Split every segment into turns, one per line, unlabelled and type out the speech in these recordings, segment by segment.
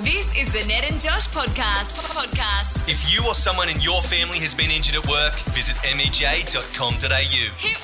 This is the Ned and Josh podcast. Podcast.
If you or someone in your family has been injured at work, visit E mej.com.au.
Hit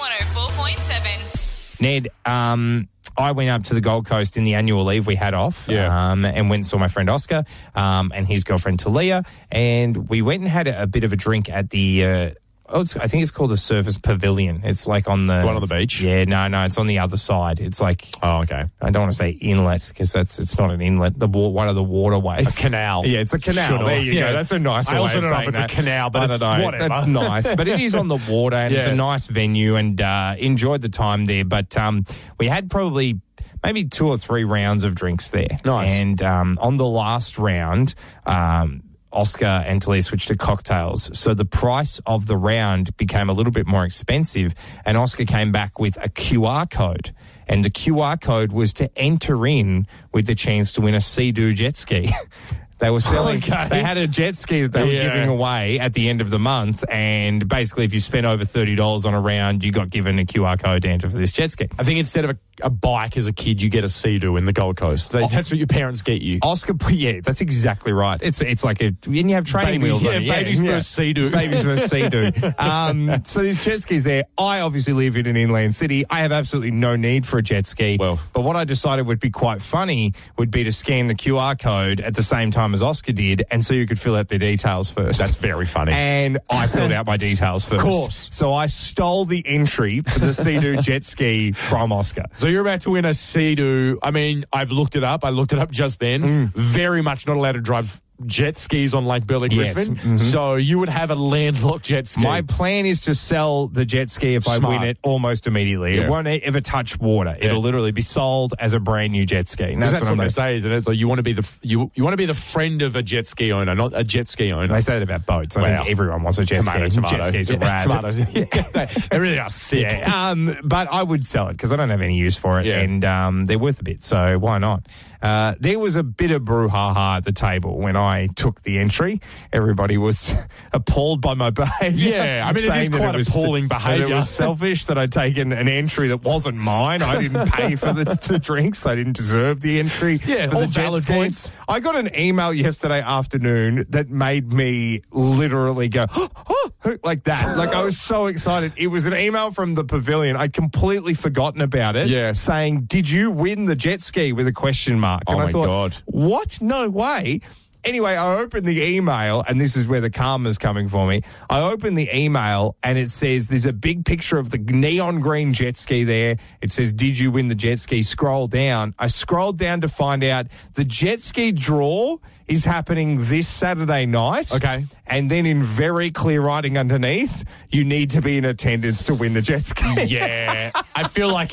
104.7.
Ned, um, I went up to the Gold Coast in the annual leave we had off,
Yeah.
um, and went and saw my friend Oscar um, and his girlfriend Talia, and we went and had a, a bit of a drink at the. Uh, Oh, it's, I think it's called the Surface Pavilion. It's like on the,
one on the beach?
Yeah, no, no, it's on the other side. It's like
Oh, okay.
I don't want to say inlet because that's it's not an inlet. The wa- one of the waterways,
A canal.
Yeah, it's a canal.
Sure.
There you
Yeah.
go. That's a nice.
I
way
also
of
don't know if
saying
it's a
that.
canal, but
I
it's
don't know.
whatever.
That's nice, but it is on the water and it's
Yeah.
a nice venue. And uh, enjoyed the time there, but um, we had probably. Maybe two or three rounds of drinks there.
Nice.
And um, on the last round, um, Oscar and Talia switched to cocktails. So the price of the round became a little bit more expensive. And Oscar came back with a QR code. And the QR code was to enter in with the chance to win a Sea-Doo jet ski. they were selling,
Okay.
they had a jet ski that they
Yeah.
were giving away at the end of the month. And basically, if you spent over $30 on a round, you got given a QR code to enter for this jet ski.
I think instead of a, a bike as a kid, you get a Sea-Doo in the Gold Coast.
Oh,
They, That's what your parents get you.
Oscar, yeah, that's exactly right. It's it's like a and you have training
Baby-
wheels on
yeah,
it. Yeah,
baby's
yeah.
first Sea-Doo.
Baby's first sea Um So there's jet skis there. I obviously live in an inland city. I have absolutely no need for a jet ski.
Well.
but what I decided would be quite funny would be to scan the QR code at the same time as Oscar did, and so you could fill out their details first.
That's very funny.
And I filled out my details first.
course.
So I stole the entry for the sea jet ski from Oscar.
so you're about to win a Sea-Doo. I mean, I've looked it up. I looked it up just then.
Mm.
Very much not allowed to drive jet skis on Lake Burley
Yes. Mm-hmm.
Griffin. So you would have a landlocked jet ski.
My plan is to sell the jet ski if I
Smart.
win it almost immediately.
Yeah.
It won't e- ever touch water. It'll literally be sold as a brand new jet ski. And
that's,
that's,
that's
what,
what,
I'm
they
going to say.
say, isn't it? It's like you want to be the f- you you want to be the friend of a jet ski owner, not a jet ski owner.
They say that about boats. I
Wow.
think everyone wants a jet
tomato,
ski.
tomato,
Jet skis are
Yeah,
rad.
tomatoes. Yeah. they really are sick.
Yeah, um, but I would sell it because I don't have any use for it,
Yeah.
and um, they're worth a bit, so why not? Uh, there was a bit of brouhaha at the table when I took the entry. Everybody was appalled by my behaviour.
Yeah, I mean, it is
saying that
quite appalling
that
behaviour.
it was selfish that I'd taken an entry that wasn't mine. I didn't pay for the, the drinks. I dn't deserve the entry.
Yeah,
for the
all
jet
valid
skis.
points.
I got an email yesterday afternoon that made me literally go like that. Like I was so excited. It was an email from the pavilion. I'd completely forgotten about it.
Yeah.
Saying, Did you win the jet ski with a question mark?
Oh
I
my God.
What? No way. Anyway, I opened the email, and this is where the karma's coming for me. I opened the email, and it says there's a big picture of the neon green jet ski there. It says, Did you win the jet ski? Scroll down. I scrolled down to find out the jet ski draw is happening this Saturday night.
Okay.
And then in very clear writing underneath, you need to be in attendance to win the jet ski.
Yeah, I feel like.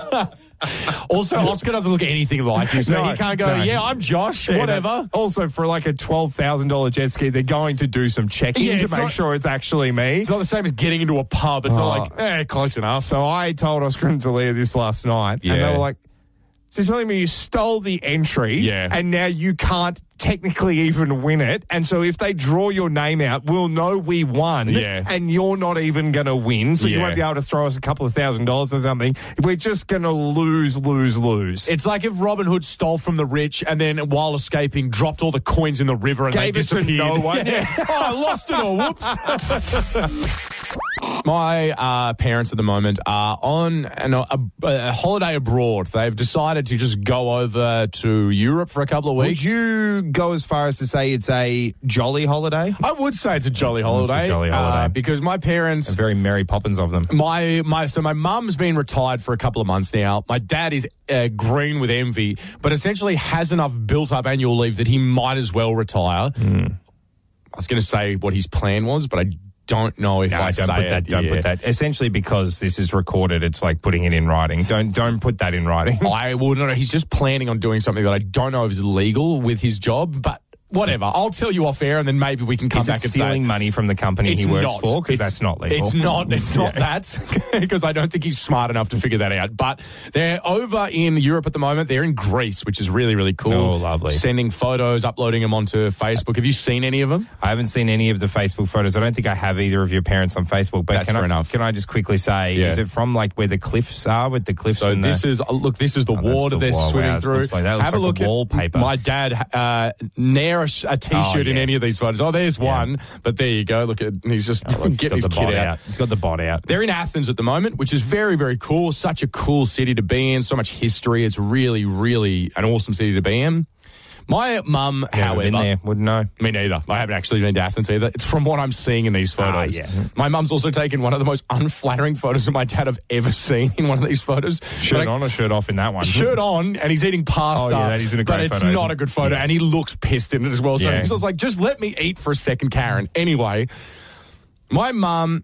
also, Oscar doesn't look anything like you, so
No,
he can't go.
no.
Yeah, I'm Josh.
Yeah,
whatever.
and uh, Also, for like a twelve thousand dollar jet ski, they're going to do some checking
Yeah,
to
it's
make
not-
sure it's actually me.
It's not the same as getting into a pub. It's
Oh.
not like eh, close enough.
so I told Oscar and Talia this last night, and
Yeah.
they were like, "So you're telling me you stole the entry,
Yeah.
and now you can't technically even win it, and so if they draw your name out, we'll know we won,
Yeah.
and you're not even going to win, so you
Yeah.
won't be able to throw us a couple of thousand dollars or something. We're just going to lose, lose, lose."
It's like if Robin Hood stole from the rich and then, while escaping, dropped all the coins in the river and
Gave
they
it to
disappeared.
no one.
Yeah. oh, I lost it all. Whoops. My uh, parents at the moment are on an, a, a holiday abroad. They've decided to just go over to Europe for a couple of
Would
weeks.
you go as far as to say it's a jolly holiday?
I would say it's a jolly holiday.
jolly holiday.
uh, because my parents,
very Mary Poppins of them.
my my, so my mum's been retired for a couple of months now. My dad is uh, green with envy, but essentially has enough built up annual leave that he might as well retire.
Hmm.
I was going to say what his plan was, but I don't know if
No,
I
don't
say
put
it.
that. Don't
Yeah.
put that. Essentially, because this is recorded, it's like putting it in writing. Don't don't put that in writing.
I well, no, no. He's just planning on doing something that I don't know if is legal with his job, but whatever. I'll tell you off air, and then maybe we can come
Is it
back and say
stealing money from the company he works for? Because
It's-
that's not legal.
It's not. It's not that because I don't think he's smart enough to figure that out. But they're over in Europe at the moment. They're in Greece, which is really really cool.
Oh, lovely.
Sending photos, uploading them onto Facebook. Have you seen any of them?
I haven't seen any of the Facebook photos. I don't think I have either of your parents on Facebook. But
That's
can I,
fair enough.
Can I just quickly say,
Yeah.
is it from like where the cliffs are with the cliffs?
So
and the-
this is oh, look. This is the
that's
water
the
they're
wall. Wow,
swimming
this
through.
looks like- that looks like
Have a
a
look at
wallpaper. Oh,
My dad uh, ne'er a, sh- a t-shirt in
yeah.
any of these photos. Oh, there's one. But there you go. Look at he's just
Look, he's
getting
got
his
the
kid
bot
out.
He's got the bot out.
They're in Athens at the moment, which is very, very cool. Such a cool city to be in. So much history. It's really, really an awesome city to be in. My mum,
Never been
however,
there. Wouldn't know.
me neither. I haven't actually been to Athens either. It's from what I'm seeing in these photos.
Ah, yeah.
My mum's also taken one of the most unflattering photos of my dad I've ever seen in one of these photos.
Shirt
Like,
on or shirt off in that one.
Shirt on, and he's eating pasta.
Oh, yeah, that isn't a
but
great
it's
photo.
not a good photo, and he looks pissed in it as well. So
Yeah.
I was like, just let me eat for a second, Karen. Anyway, my mum,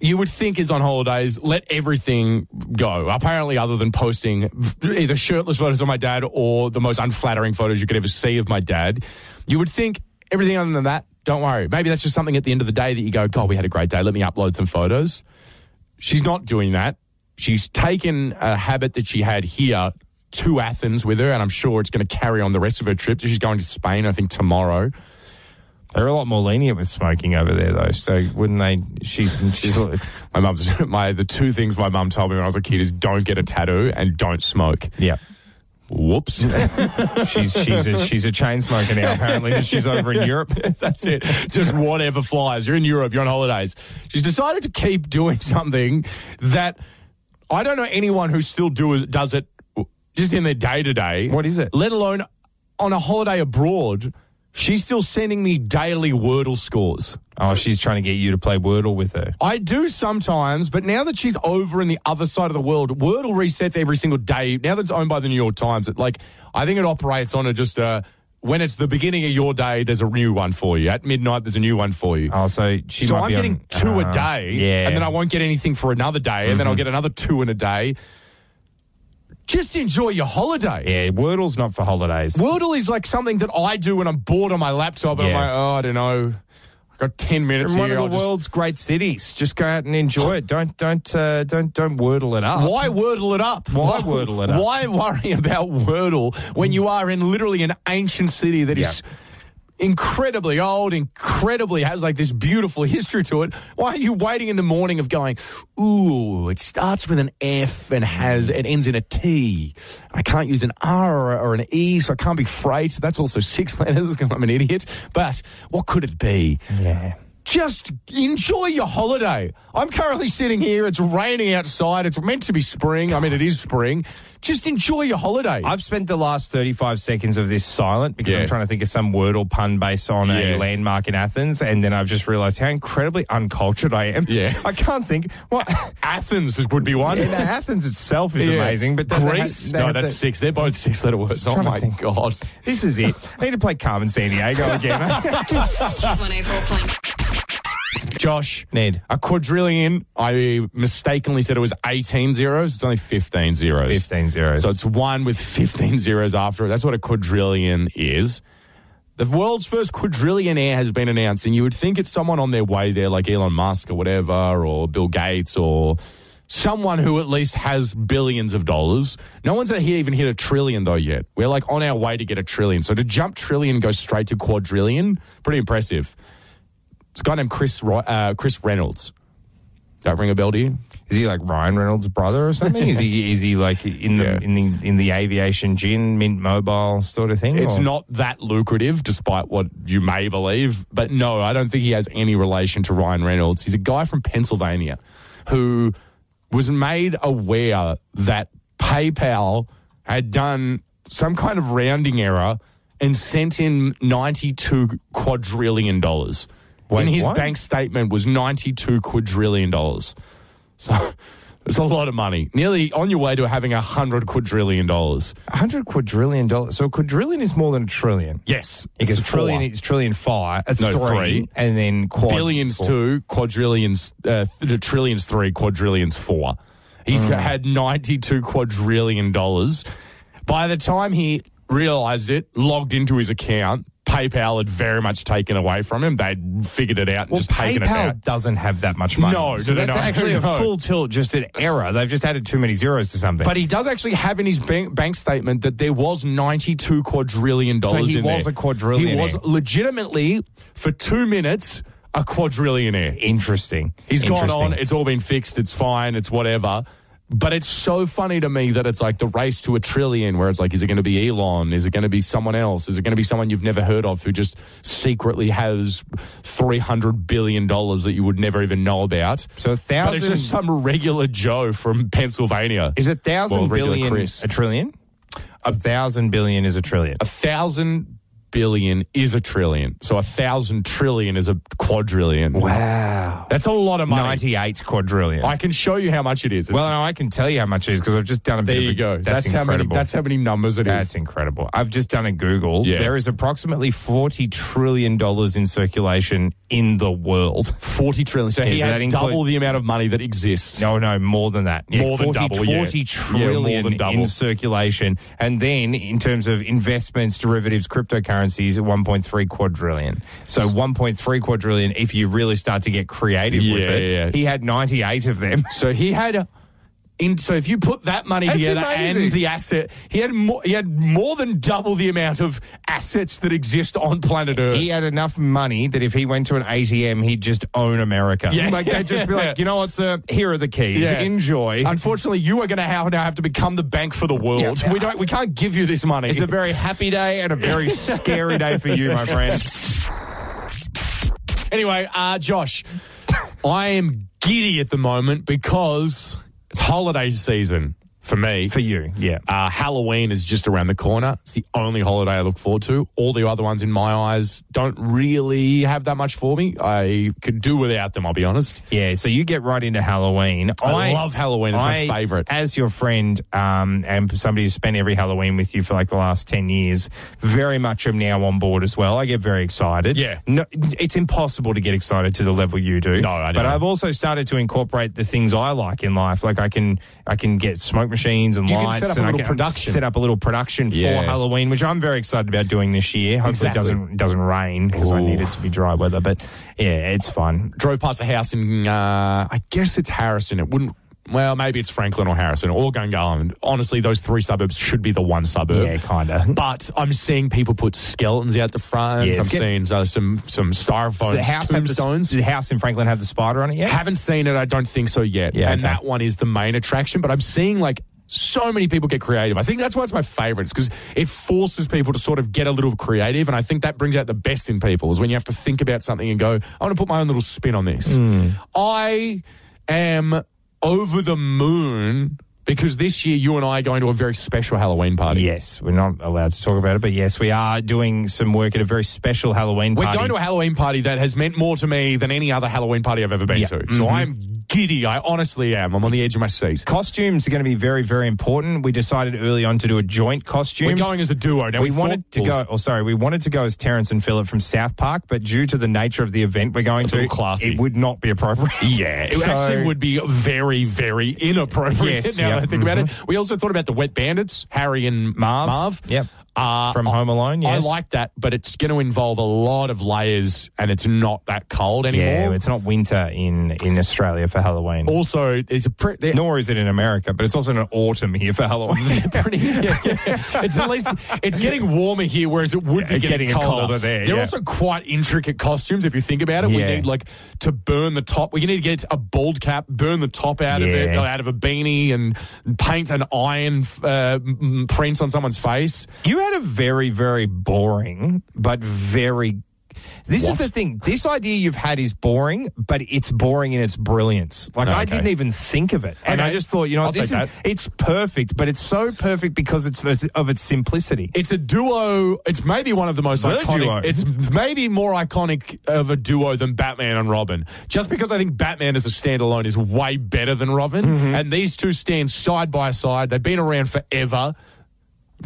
you would think is on holidays. Let everything go. Apparently, other than posting either shirtless photos of my dad or the most unflattering photos you could ever see of my dad, you would think everything other than that. Don't worry. Maybe that's just something at the end of the day that you go, God, we had a great day. Let me upload some photos. She's not doing that. She's taken a habit that she had here to Athens with her, and I'm sure it's going to carry on the rest of her trip. She's going to Spain, I think, tomorrow.
They're a lot more lenient with smoking over there, though. So wouldn't they? She, she's,
My mum's my the two things my mum told me when I was a kid is don't get a tattoo and don't smoke.
yeah.
Whoops.
She's she's a, she's a chain smoker now. Apparently, she's over in Europe.
That's it. Just whatever flies. You're in Europe, you're on holidays. She's decided to keep doing something that I don't know anyone who still do, does it just in their day to day.
What is it?
Let alone on a holiday abroad. She's still sending me daily Wordle scores.
Oh, she's trying to get you to play Wordle with her.
I do sometimes, but now that she's over in the other side of the world, Wordle resets every single day. Now that it's owned by the New York Times, it, like I think it operates on a just uh when it's the beginning of your day, there's a new one for you. At midnight, there's a new one for you.
Oh, so she.
so
might
I'm
be on-
getting two
Ah,
a day,
Yeah, Mm-hmm.
and then I won't get anything for another day, and then I'll get another two in a day. Just enjoy your holiday.
Yeah, Wordle's not for holidays.
Wordle is like something that I do when I'm bored on my laptop, and
Yeah.
I'm like, oh, I don't know, I got ten minutes
in one
here.
of
I'll
the
just
world's great cities. Just go out and enjoy it. Don't don't uh, don't don't wordle it up.
Why wordle it up?
Why wordle it up?
Why worry about wordle when you are in literally an ancient city that is incredibly old, incredibly has like this beautiful history to it? Why are you waiting in the morning of going, ooh, it starts with an F and has it ends in a T. I can't use an R or, or an E, so I can't be freight. That's also six letters. I'm an idiot. But what could it be?
Yeah.
just enjoy your holiday. I'm currently sitting here. It's raining outside. It's meant to be spring. I mean, it is spring. Just enjoy your holiday.
I've spent the last 35 seconds of this silent because I'm
Yeah.
trying to think of some word or pun based on a
Yeah.
landmark in Athens, and then I've just realised how incredibly uncultured I am.
Yeah.
I can't think. What?
Athens is- would be one.
You know, Athens itself is
Yeah.
amazing, but they- they
Greece.
ha- they
no,
have
that's
the-
six. They're both six-letter words. Oh
trying to
my
think.
god.
This is it. I need to play Carmen San Diego again.
Hit 104 point.
Josh,
Ned.
a quadrillion. I mistakenly said it was 18 zeros. It's only 15 zeros.
15 zeros.
So it's one with 15 zeros after it. That's what a quadrillion is. The world's first quadrillionaire has been announced, and you would think it's someone on their way there, like Elon Musk or whatever, or Bill Gates, or someone who at least has billions of dollars. No one's here even hit a trillion, though, yet. We're like on our way to get a trillion. So to jump trillion, go straight to quadrillion, pretty impressive. It's a guy named Chris, Ro- uh, Chris Reynolds. Does that ring a bell to you?
Is he like Ryan Reynolds' brother or something? Is he is he like in the
Yeah.
in the in the aviation gin, mint mobile sort of thing?
It's
or-
not that lucrative, despite what you may believe. But no, I don't think he has any relation to Ryan Reynolds. He's a guy from Pennsylvania who was made aware that PayPal had done some kind of rounding error and sent in 92 quadrillion dollars.
Wait,
in his
what?
bank statement was 92 quadrillion dollars. So it's a lot of money. Nearly on your way to having 100 quadrillion dollars.
100 quadrillion dollars. So a quadrillion is more than a trillion.
Yes.
Because
it's a
trillion
four.
is trillion five. It's
No,
three,
three.
And then quad.
billions
four.
two, quadrillions, uh, th- trillions three, quadrillions four. He's
Mm.
got had ninety-two quadrillion dollars. By the time he realized it, logged into his account, PayPal had very much taken away from him. They'd figured it out and just taken it out.
PayPal doesn't have that much money.
No,
so
no, no,
that's
no.
actually a
No.
full tilt, just an error. They've just added too many zeros to something.
But he does actually have in his bank, bank statement that there was ninety-two quadrillion dollars.
he
in
was
there.
a quadrillionaire.
He was legitimately for two minutes a quadrillionaire.
interesting.
He's gone
Interesting.
on. It's all been fixed. It's fine. It's whatever. But it's so funny to me that it's like the race to a trillion, where it's like, is it going to be Elon? Is it going to be someone else? Is it going to be someone you've never heard of who just secretly has three hundred billion dollars that you would never even know about?
So a
But it's
thousand-
just some regular Joe from Pennsylvania.
Is it
Well,
thousand
regular
billion
Chris.
a trillion? A thousand billion is a trillion.
a thousand billion is a trillion. So a thousand trillion is a quadrillion.
Wow.
That's a lot of money.
98 quadrillion.
I can show you how much it is. It's-
well, no, I can tell you how much it is because I've just done a
there
bit of
you
a-
go. That's,
That's,
how many.
incredible.
That's how many numbers it is.
That's incredible. I've just done a Google.
Yeah.
There is approximately $40 trillion in circulation in the world.
Forty trillion. So he
Yeah, so
had
that
double
include-
the amount of money that exists.
No, no, more than that.
More than double, yeah.
40 trillion
Yeah, more than double.
in circulation. And then in terms of investments, derivatives, cryptocurrencies, at 1.3 quadrillion. So 1.3 quadrillion, if you really start to get creative with
Yeah,
it.
yeah.
He had 98 of them.
So he had. a- In, so if you put that money
That's
together
amazing.
and the asset, he had more, he had more than double the amount of assets that exist on planet Earth.
He had enough money that if he went to an ATM, he'd just own America.
Yeah.
Like, they'd just be like, you know what, sir? Here are the keys.
Yeah.
Enjoy.
Unfortunately, you are going to have, now have to become the bank for the world.
Yeah.
We don't. We can't give you this money.
It's a very happy day and a very scary day for you, my friend.
Anyway, uh, Josh, I am giddy at the moment because it's holiday season for me.
For you, yeah.
Uh, Halloween is just around the corner. It's the only holiday I look forward to. All the other ones, in my eyes, don't really have that much for me. I could do without them, I'll be honest.
Yeah, so you get right into Halloween.
I love Halloween. It's my
I,
favourite.
As your friend um, and somebody who's spent every Halloween with you for like the last 10 years, very much am now on board as well. I get very excited.
Yeah.
No, it's impossible to get excited to the level you do.
No, I know.
But I've also started to incorporate the things I like in life. Like I can I can get smoke machines and
You can
lights
set up a
and I
little
can
production.
set up a little production
Yeah.
for Halloween, which I'm very excited about doing this year. Hopefully
Exactly.
it doesn't doesn't rain because I
Ooh.
need it to be dry weather, but yeah, it's fun.
Drove past a house in, uh, I guess it's Harrison. It wouldn't. Well, maybe it's Franklin or Harrison or Gungahlin. Honestly, those three suburbs should be the one suburb.
Yeah, kinda.
But I'm seeing people put skeletons out the front.
Yeah, it's
I'm
getting-
seeing uh, some some styrofoam
the house have the-
tombstones.
Did the house in Franklin have the spider on it yet?
Haven't seen it. I don't think so yet.
Yeah,
and
okay.
that one is the main attraction. But I'm seeing like so many people get creative. I think that's why it's my favorite. It's because it forces people to sort of get a little creative, and I think that brings out the best in people is when you have to think about something and go, "I want to put my own little spin on this."
Hmm.
I am over the moon because this year you and I are going to a very special Halloween party.
Yes, we're not allowed to talk about it, but yes, we are doing some work at a very special Halloween
We're
party.
going to a Halloween party that has meant more to me than any other Halloween party I've ever been
Yeah. Mm-hmm.
to. So I'm giddy. I honestly am. I'm on the edge of my seat.
Costumes are going to be very, very important. We decided early on to do a joint costume.
We're going as a duo. Now
we
we,
wanted to go. Oh, sorry, we wanted to go as Terrence and Philip from South Park, but due to the nature of the event, we're going to.
little classy.
It would not be appropriate.
Yeah, it actually would be very, very inappropriate.
Yes,
now
yeah. Mm-hmm.
that I think about it, we also thought about the Wet Bandits, Harry and
Marv.
Marv.
Yep.
Uh,
From Home Alone, yes.
I like that, but it's going to involve a lot of layers, and it's not that cold anymore.
Yeah, it's not winter in in Australia for Halloween.
also, it's a pre- there-
Nor is it in America, but it's also an autumn here for Halloween.
pretty. Yeah, yeah. It's at least it's getting warmer here, whereas it would
Yeah,
be getting,
getting
colder.
colder there,
They're
yeah.
also quite intricate costumes if you think about it. We
Yeah.
need like to burn the top. We need to get a bald cap, burn the top out of it,
Yeah.
out of a beanie, and paint an iron uh, m- print on someone's face.
You had a very, very boring, but very. This is
What?
the thing. This idea you've had is boring, but it's boring in its brilliance. Like I
Oh, okay.
didn't even think of it, and
Okay.
I just thought, you know,
I'll
this
take
is
that.
it's perfect, but it's so perfect because it's it's of its simplicity.
It's a duo. It's maybe one of the most
The
iconic.
duo.
It's maybe more iconic of a duo than Batman and Robin. Just because I think Batman as a standalone is way
Mm-hmm.
better than Robin, and these two stand side by side. They've been around forever.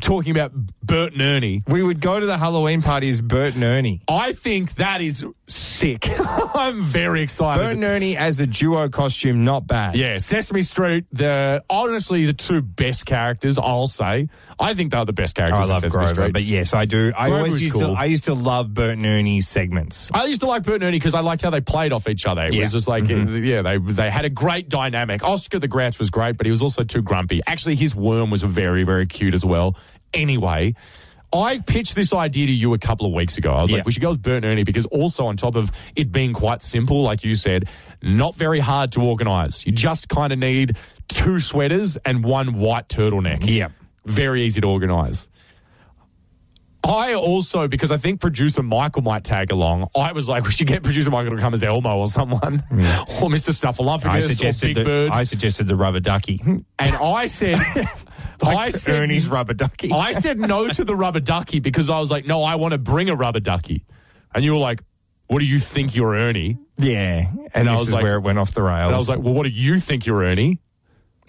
talking about Bert and Ernie.
We would go to the Halloween party as Bert and Ernie.
I think that is sick. I'm very excited.
Bert and Ernie as a duo costume, not bad.
Yeah, Sesame Street. The honestly, the two best characters. I'll say. I think they're the best characters.
I
in
love
Sesame
Grover,
Street.
but yes, I do. I
Grover
always
was
used
cool.
to. I used to love Bert and Ernie segments.
I used to like Bert and Ernie because I liked how they played off each other. It
Yeah. Mm-hmm.
was just like, yeah, they they had a great dynamic. Oscar the Grouch was great, but he was also too grumpy. Actually, his worm was very, very cute as well. Anyway, I pitched this idea to you a couple of weeks ago. I was
Yeah.
like, we should go with Bert and Ernie because also on top of it being quite simple, like you said, not very hard to organise. You just kind of need two sweaters and one white turtleneck.
Yeah.
Very easy to organise. I also, because I think producer Michael might tag along, I was like, we should get producer Michael to come as Elmo or someone, or Mr.
I
Snuffleupagus, or
suggested.
oh, Big
The,
Bird.
I suggested the rubber ducky.
and I said, I said,
Ernie's rubber ducky.
I said no to the rubber ducky because I was like, no, I want to bring a rubber ducky. And you were like, what do you think you're Ernie?
yeah, and,
I
this
was
is
like-
where it went off the rails.
And I was like, well, what do you think you're Ernie?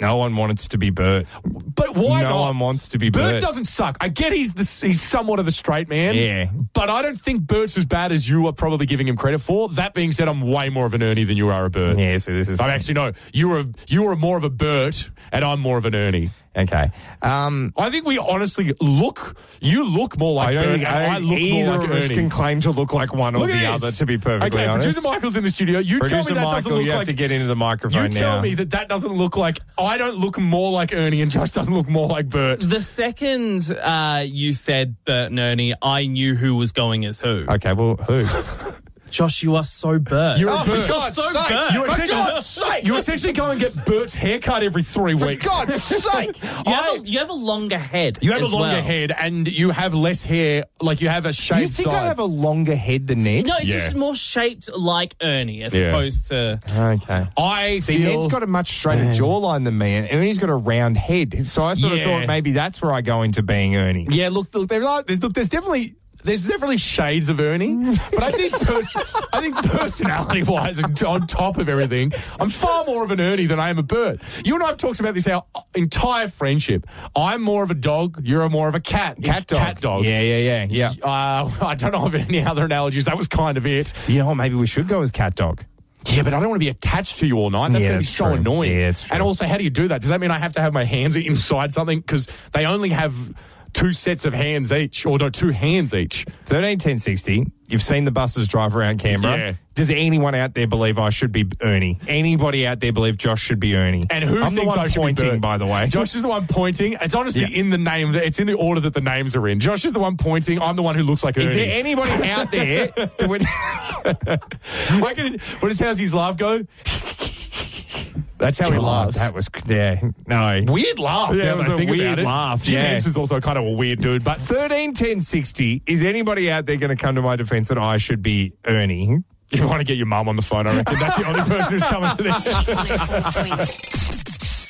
no one wants to be Bert.
But why
no
not?
one wants to be
Bert,
Bert.
doesn't suck. I get he's the, he's somewhat of the straight man.
Yeah.
But I don't think Bert's as bad as you are probably giving him credit for. That being said, I'm way more of an Ernie than you are a Bert.
Yeah, so this is
I'm actually no. You are you are more of a Bert, and I'm more of an Ernie.
okay. Um,
I think we honestly look. You look more like
I don't
Bert.
think
and I,
I-
look
either
more like
of us
Ernie.
can claim to look like one or
Look at
the
this.
other. To be perfectly
okay,
honest,
Producer Michael's in the studio. You
Producer
tell me that doesn't
Michael,
look
you
like
have to get into the microphone
you tell
now.
me that that doesn't look like I don't look more like Ernie, and Josh doesn't look more like Bert.
The second uh, you said Bert and Ernie, I knew who was going as who.
okay, well, who?
Oh,
Josh, you are so Bert.
You're
Oh,
a
for
Bert.
God's
You're so
sake.
Bert.
You
For
essentially,
God's sake.
you essentially go and get Bert's haircut every three weeks.
God's sake!
You
I-
have, a, you have a longer head.
Oh. You have a
as
longer
well.
head and you have less hair. Like you have a shaved
You think
sides.
I have a longer head than Ned?
No, it's
Yeah.
just more shaped like Ernie as
Yeah.
opposed to.
Okay.
I
See,
feel
Ned's got a much straighter jawline than me, and Ernie's got a round head. So I sort
Yeah.
of thought maybe that's where I go into being Ernie.
Yeah, look, look, there are, there's, look, there's definitely there's definitely shades of Ernie, but I think pers- I think personality wise, and on top of everything, I'm far more of an Ernie than I am a Bert. You and I have talked about this our entire friendship. I'm more of a dog. You're more of a cat.
Cat dog.
Cat dog.
Yeah, yeah, yeah, yeah. Oh,
Uh, I don't know of any other analogies. That was kind of it.
You know what? Maybe we should go as cat dog.
Yeah, but I don't want to be attached to you all night. That's
Yeah,
going to be
that's
so
true.
annoying.
Yeah, it's true.
And also, how do you do that? Does that mean I have to have my hands inside something? Because they only have two sets of hands each, or no, two hands each.
131060, you've seen the buses drive around Canberra.
Yeah.
Does anyone out there believe I should be Ernie? Anybody out there believe Josh should be Ernie?
And who
I'm the
thinks
one
I should be
pointing,
Bert?
by the way?
Josh is the one pointing. It's honestly
Yeah.
in the name. It's in the order that the names are in. Josh is the one pointing. I'm the one who looks like
Is
Ernie.
there anybody out there that would.
I can, what does how's his laugh go? That's how he laughs.
That was. Yeah. No.
weird laugh.
Yeah,
now
it
that
was
I
a
think about
weird
it.
laugh,
Jim
yeah.
Henson's also kind of a weird dude, but
131060, is anybody out there going to come to my defense that I should be Ernie?
You want to get your mum on the phone, I reckon. That's the only person who's coming to this.
94 points.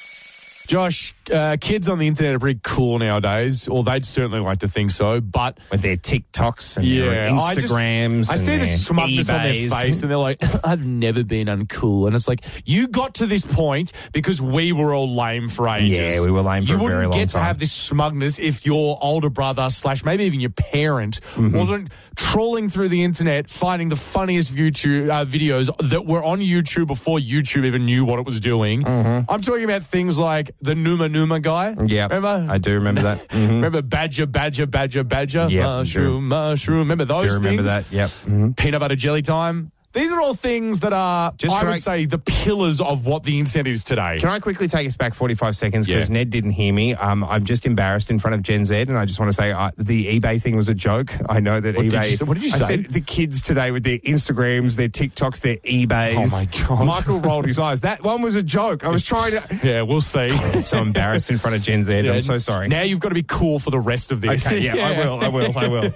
Josh, uh, kids on the internet are pretty cool nowadays, or they'd certainly like to think so. But
with their TikToks and their
yeah, I just-
Instagrams.
I, see
and
this
their
smugness on their
eBays.
face, and they're like, "I've never been uncool." And it's like, you got to this point because we were all lame for ages.
Yeah, we were lame for
you
a very
wouldn't
long
get
time.
to have this smugness if your older brother slash maybe even your parent
Mm-hmm.
wasn't trawling through the internet finding the funniest YouTube uh, videos that were on YouTube before YouTube even knew what it was doing. I'm talking about things like the Numa Numa guy.
Mm-hmm. Yeah,
remember?
I do remember that. Mhm.
Remember Badger, Badger, Badger, Badger,
Yeah,
mushroom, mushroom. Remember those
Do you remember
things?
that? Mm-hmm. Yep.
peanut butter jelly time. These are all things that are,
Just
I
can
would
I-
say, the pillars of what the internet is today.
Can I quickly take us back 45 seconds
Yeah.
because Ned didn't hear me? Um, I'm just embarrassed in front of Gen Z, and I just want to say uh, the eBay thing was a joke. I know that
What did
eBay.
you say- what did you
I
say?
said the kids today with their Instagrams, their TikToks, their eBays.
Oh, my God.
Michael rolled his eyes. That one was a joke. I was trying to.
yeah, we'll see.
so embarrassed in front of Gen Z.
Yeah,
am so sorry.
Now you've got to be cool for the rest of this.
okay, yeah, I will. I will. I will.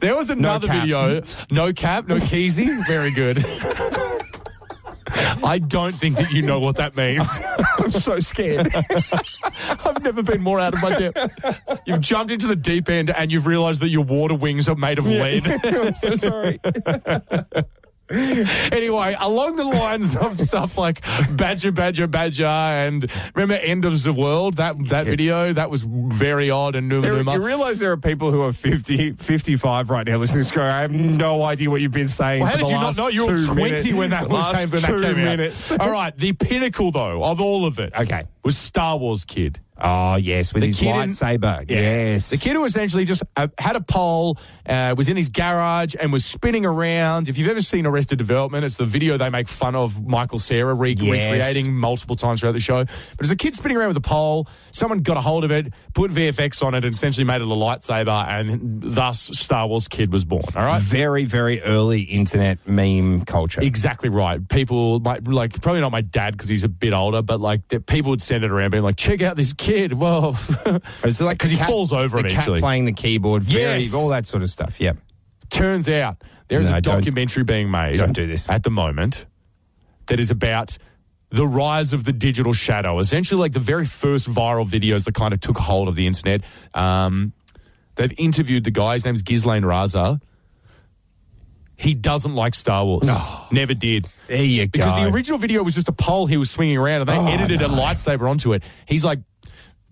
There was another
cap.
video. No cap, no keezy. Very good. I don't think that you know what that means.
I'm so scared.
I've never been more out of my depth. You've jumped into the deep end and you've realised that your water wings are made of lead.
I'm so sorry.
Anyway, along the lines of stuff like Badger, Badger, Badger, and remember End of the World, that, that video, that was very odd and Numa
There-
Numa.
you realize there are people who are 50, 55 right now listening to this going, I have no idea what you've been saying.
Well, how
for
did
the
you not
last
know you were
two
20
minutes-
when that was
last
came, when that
two
came
minutes.
out? All right, the pinnacle though of all of it,
Okay.
was Star Wars Kid. Uh,
Oh, yes, with
The
his
kid in-
lightsaber. yes.
The kid who essentially just uh, had a pole, uh, was in his garage and was spinning around. If you've ever seen Arrested Development, it's the video they make fun of Michael Sarah re-
Yes.
recreating multiple times throughout the show. But it's a kid spinning around with a pole. Someone got a hold of it, put VFX on it, and essentially made it a lightsaber, and thus Star Wars Kid was born. All right.
Very, very early internet meme culture.
Exactly right. People might like probably not my dad because he's a bit older, but like that people would send it around being like, "Check out this kid!" Well,
It's like
because
the
he
cat-
falls over
the
eventually.
Cat playing the keyboard. Very,
Yes.
All that sort of stuff. Yep.
Turns out there is
No,
a
don't-
documentary being made.
Don't do this.
at the moment. That is about the rise of the digital shadow. Essentially, like the very first viral videos that kind of took hold of the internet. Um, they've interviewed the guy. His name's Ghislaine Raza. He doesn't like Star Wars. Never did.
There you
Because
go.
the original video was just a pole he was swinging around, and they edited a lightsaber onto it. He's like,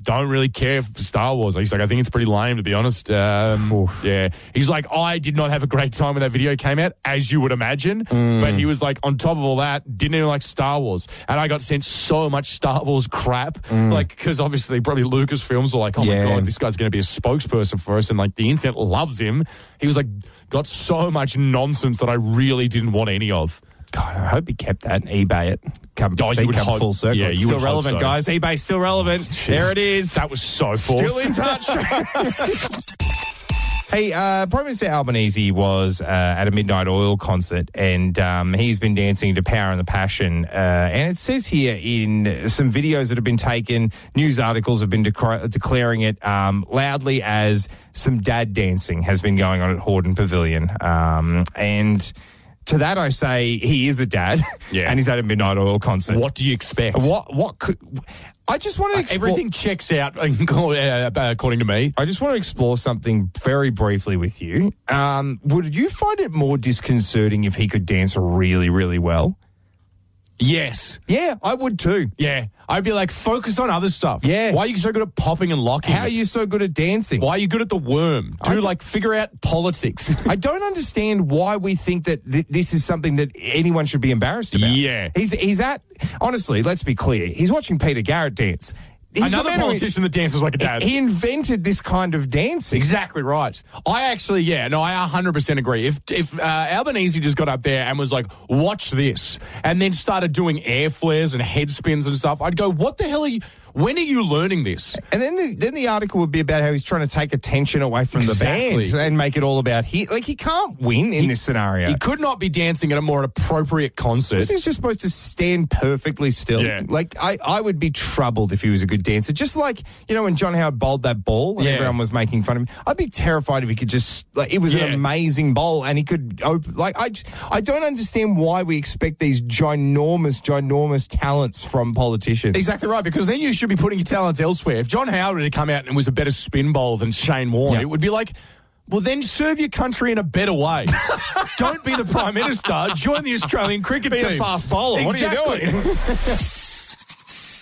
don't really care for Star Wars. He's like, I think it's pretty lame, to be honest. Um, yeah. He's like, I did not have a great time when that video came out, as you would imagine. But he was like, on top of all that, didn't even like Star Wars. And I got sent so much Star Wars crap. Like, because obviously, probably Lucasfilms were like, oh
Yeah.
my God, this guy's going to be a spokesperson for us. And like, the internet loves him. He was like, got so much nonsense that I really didn't want any of.
God, I hope he kept that and eBay it. Come,
Oh, you
see,
would
come
hope-
full circle.
yeah, you
still
would hope
relevant,
so.
guys. eBay's still relevant. there it is.
That was so forced.
Still in touch. hey, uh, Prime Minister Albanese was uh, at a Midnight Oil concert, and um, he's been dancing to Power and the Passion. Uh, and it says here in some videos that have been taken, news articles have been decri- declaring it um, loudly as some dad dancing has been going on at Horden Pavilion. Um, and to that, I say he is a dad,
Yeah.
and he's at a Midnight Oil concert.
What do you expect?
What? What could? I just want to explore-
Everything checks out uh, according to me.
I just want to explore something very briefly with you. Um, would you find it more disconcerting if he could dance really, really well?
Yes.
Yeah, I would too.
Yeah. I'd be like, focus on other stuff.
Yeah.
Why are you so good at popping and locking?
How are you so good at dancing?
Why are you good at the worm? Do like figure out politics.
I don't understand why we think that th- this is something that anyone should be embarrassed about.
Yeah.
he's he's at honestly. Let's be clear. He's watching Peter Garrett dance. He's the
Another
man who-
politician that dances like a dad.
He invented this kind of dancing.
Exactly right. I actually, yeah, no, I 100% agree. If if uh, Albanese just got up there and was like, "Watch this," and then started doing air flares and head spins and stuff, I'd go, "What the hell are you? When are you learning this?"
And then the, then the article would be about how he's trying to take attention away from
Exactly.
the band and make it all about he. Like he can't win in this scenario.
He could not be dancing at a more appropriate concert.
He's just supposed to stand perfectly still.
Yeah.
Like I, I would be troubled if he was a good dancer. Just like you know when John Howard bowled that ball and
Yeah.
everyone was making fun of him. I'd be terrified if he could just like it was an
Yeah.
amazing bowl and he could open like I, j- I don't understand why we expect these ginormous ginormous talents from politicians.
Exactly right, because then you should be putting your talents elsewhere. If John Howard had come out and was a better spin bowler than Shane Warne,
Yeah.
it would be like, well, then serve your country in a better way. Don't be the prime minister. Join the Australian cricket
Be a
team.
fast bowler. What are you
Exactly. doing?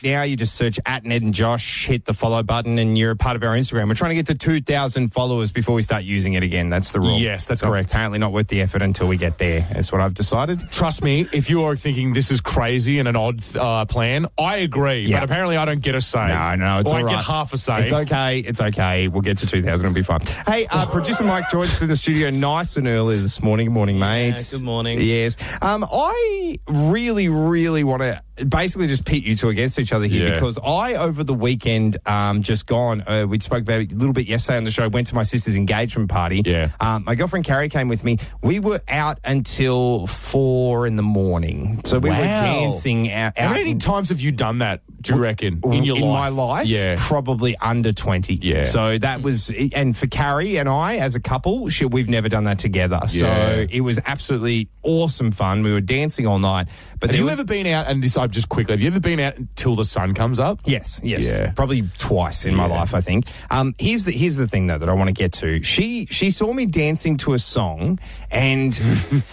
now you just search at Ned and Josh, hit the follow button, and you're a part of our Instagram. We're trying to get to 2,000 followers before we start using it again. That's the rule.
Yes, that's
So
correct.
Apparently not worth the effort until we get there. That's what I've decided.
Trust me, if you are thinking this is crazy and an odd uh, plan, I agree.
Yeah.
But apparently, I don't get a say.
No, no, it's
or
all
I
right.
get half a say.
It's okay. It's okay. We'll get to 2,000. It'll be fine. Hey, uh, producer Mike joins to the studio nice and early this morning. Good morning, mate.
good morning.
Yes. Um, I really, really want to basically just pit you two against each other here
Yeah.
because I, over the weekend, um, just gone, uh, we spoke about it a little bit yesterday on the show, went to my sister's engagement party.
Yeah.
Um, my girlfriend Carrie came with me. We were out until four in the morning. So we were
Wow.
dancing out.
How
out
many times have you done that Do you reckon in your
in
life?
my life,
Yeah.
probably under twenty.
Yeah.
So that was, and for Carrie and I as a couple, she, we've never done that together.
Yeah.
So it was absolutely awesome fun. We were dancing all night. But
Have
there
you
was-
ever been out? And this, I've just quickly. Have you ever been out until the sun comes up?
Yes, yes,
Yeah.
probably twice in my
Yeah.
life. I think. Um, here's the here's the thing though that I want to get to. She she saw me dancing to a song, and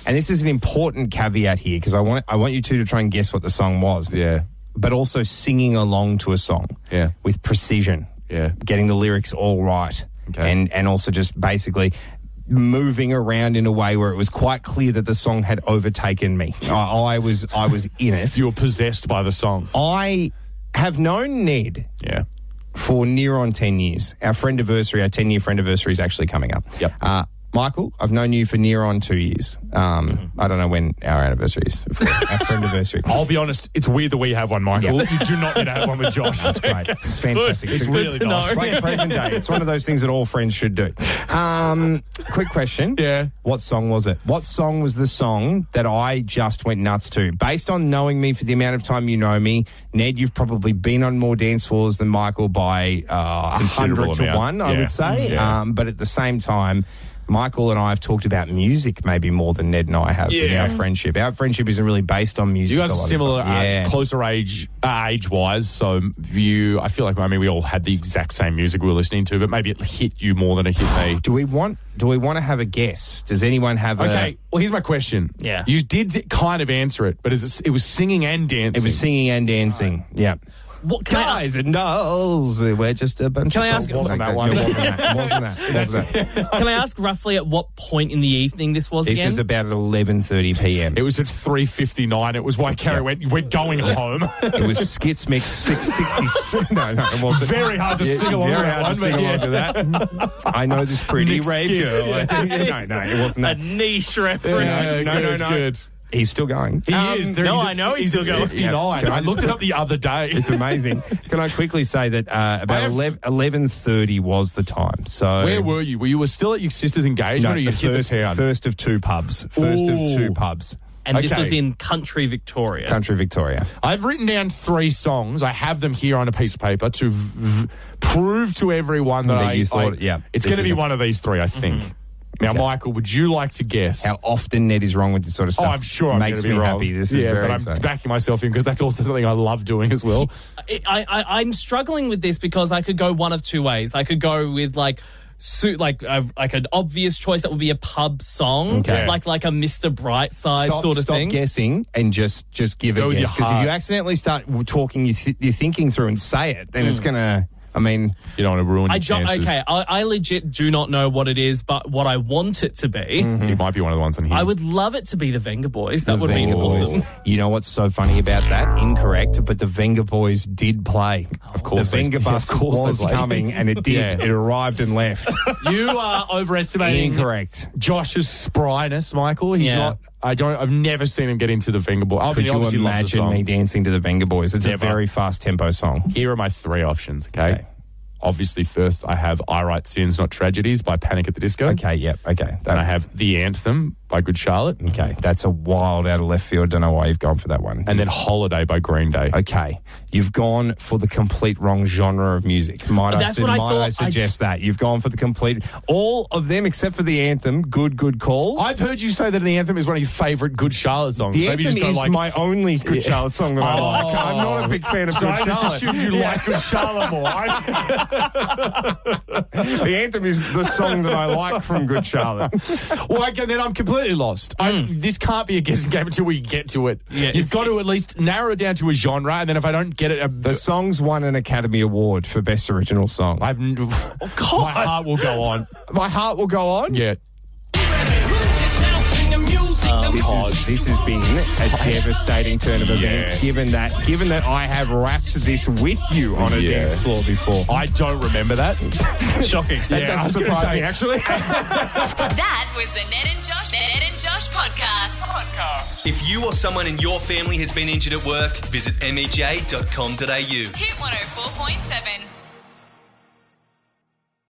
and this is an important caveat here because I want I want you two to try and guess what the song was.
Yeah.
but also singing along to a song.
Yeah.
with precision.
Yeah.
getting the lyrics all right,
Okay.
and and also just basically. Moving around in a way where it was quite clear that the song had overtaken me. I, I was I was in it.
You were possessed by the song.
Oh. I have known Ned
Yeah.
for near on 10 years. Our friend anniversary, our 10 year friend anniversary is actually coming up.
Yep.
Uh, Michael, I've known you for near on two years. Um, I don't know when our anniversary is, of course, our friend anniversary.
I'll be honest. It's weird that we have one, Michael.
Yeah.
You do not need to have one with Josh.
It's great. It's fantastic.
It's
a-
really
a-
nice.
It's like present day. It's one of those things that all friends should do. Um, quick question.
Yeah.
What song was it? What song was the song that I just went nuts to? Based on knowing me for the amount of time you know me, Ned, you've probably been on more dance floors than Michael by uh,
Considerable
100 to
amount.
1, I
Yeah.
would say.
Yeah.
Um, but at the same time, Michael and I have talked about music maybe more than Ned and I have in
Yeah.
our friendship. Our friendship isn't really based on music.
You guys
a
are
lot of
similar,
time.
uh, closer age, uh, age wise. So you, I feel like I mean we all had the exact same music we were listening to, but maybe it hit you more than it hit me.
Do we want? Do we want to have a guess? Does anyone have?
Okay, well here's my question.
Yeah.
you did kind of answer it, but is it, it was singing and
A,
dancing.
it was singing and dancing. Yeah.
What, can I,
Guys and dolls, we're just a bunch.
Can
of
I ask-
soul-
wasn't
like
that one.
No, wasn't that? Wasn't that? Wasn't that?
can I ask roughly at what point in the evening this was
This
again?
is about eleven thirty p.m.
It was at three fifty nine. It was why Carrie went. We're going home.
It was Skits Mix six sixty. No, no, it wasn't.
Very hard to
Yeah,
sing along
Very
to
hard
that
to
one,
sing
but
along
yeah.
to that. I know this pretty
Nick
rave
Skits,
girl. I think- no, no, it wasn't
a
that.
niche reference.
no, no, no.
Good.
He's still going.
He
Um,
is.
no,
he's
I know he's
at
still going.
59.
Can I
I
just
looked it
put-
up the other day.
It's amazing. Can I quickly say that uh,
I
about
have-
eleven thirty was the time. So
Where were you? Were you were still at your sister's engagement,
No,
or you
the
hit the
first,
town?
first of two pubs. First
Ooh.
of two pubs.
And this
Okay.
was in country Victoria.
Country Victoria.
I've written down three songs. I have them here on a piece of paper to v- v- prove to everyone that,
That
I,
you thought-
I-
yeah,
it's
this
going to be
is a- Mm-hmm.
one of these three. I think. Now, Michael, would you like to guess?
How often Ned is wrong with this sort of
Oh,
stuff.
I'm sure I'm
makes
gonna
me
be wrong.
happy. This is
yeah,
very
but I'm
exciting.
backing myself in because that's also something I love doing as well.
I, I, I'm struggling with this because I could go one of two ways. I could go with like suit like a, like an obvious choice that would be a pub song,
Okay.
like like a Mr. Brightside
Stop,
sort of
stop
thing.
guessing and just just give
Go
a
with your
guess because if
heart.
you accidentally start w- talking you th- your thinking through and say it, then it's gonna. I mean,
You don't want to ruin your
I don't,
chances.
Uh, okay, I, I legit do not know what it is, but what I want it to be,
Mm.
It might be one of the ones on here.
I would love it to be the Venga Boys. That
Mm-hmm. the
would
Venga
be awesome.
Boys. You know what's so funny about that? Incorrect, but the Venga Boys did play. Of
course
the
they-
Venga
of
bus
course they
was
played.
coming, and it did.
Yeah.
It arrived and left.
You are overestimating
Incorrect.
Josh's spryness, Michael. He's
Yeah.
not. I don't. I've never seen him get into the finger ball. I
Could you imagine me dancing to the Venga Boys? It's
Never.
a very fast tempo song.
Here are my three options. Okay?
Okay.
Obviously, first I have "I Write Sins, Not Tragedies" by Panic at the Disco.
Okay, yep, okay. That,
And I have "The Anthem" by Good Charlotte,
okay, that's a wild out of left field. Don't know why you've gone for that one.
and then "Holiday" by Green Day.
okay, you've gone for the complete wrong genre of music. Might, I,
That's
su-
what I
might I
thought. I-
suggest that you've gone for the complete all of them except for the anthem. Good, good calls.
I've heard you say that "The Anthem" is one of your favorite Good Charlotte songs.
the
Maybe you
anthem
just don't
is
like. Oh,
my only Oh. Good Charlotte song that I like. I'm not a big fan of Good
I just
Charlotte.
assume you like Good Charlotte more. I-
The anthem is the song that I like from Good Charlotte.
well, okay, then I'm completely lost. I, this can't be a guessing game until we get to it.
Hmm. Yeah,
You've
it's-
got to at least narrow it down to a genre, and then if I don't get it, um, I'm-
The song's won an Academy Award for Best Original Song.
I've n- my heart will go on.
My heart will go on.
Yeah.
This is, this has been a devastating turn of events. Given that, given that I have rapped this with you on a
Yeah.
dance floor before.
I don't remember that. Shocking.
That doesn't surprise me,
actually.
That was the Ned and Josh Ned and Josh podcast.
If you or someone in your E
oh
family has been injured at work, visit mej.com.au.
Hit 104.7.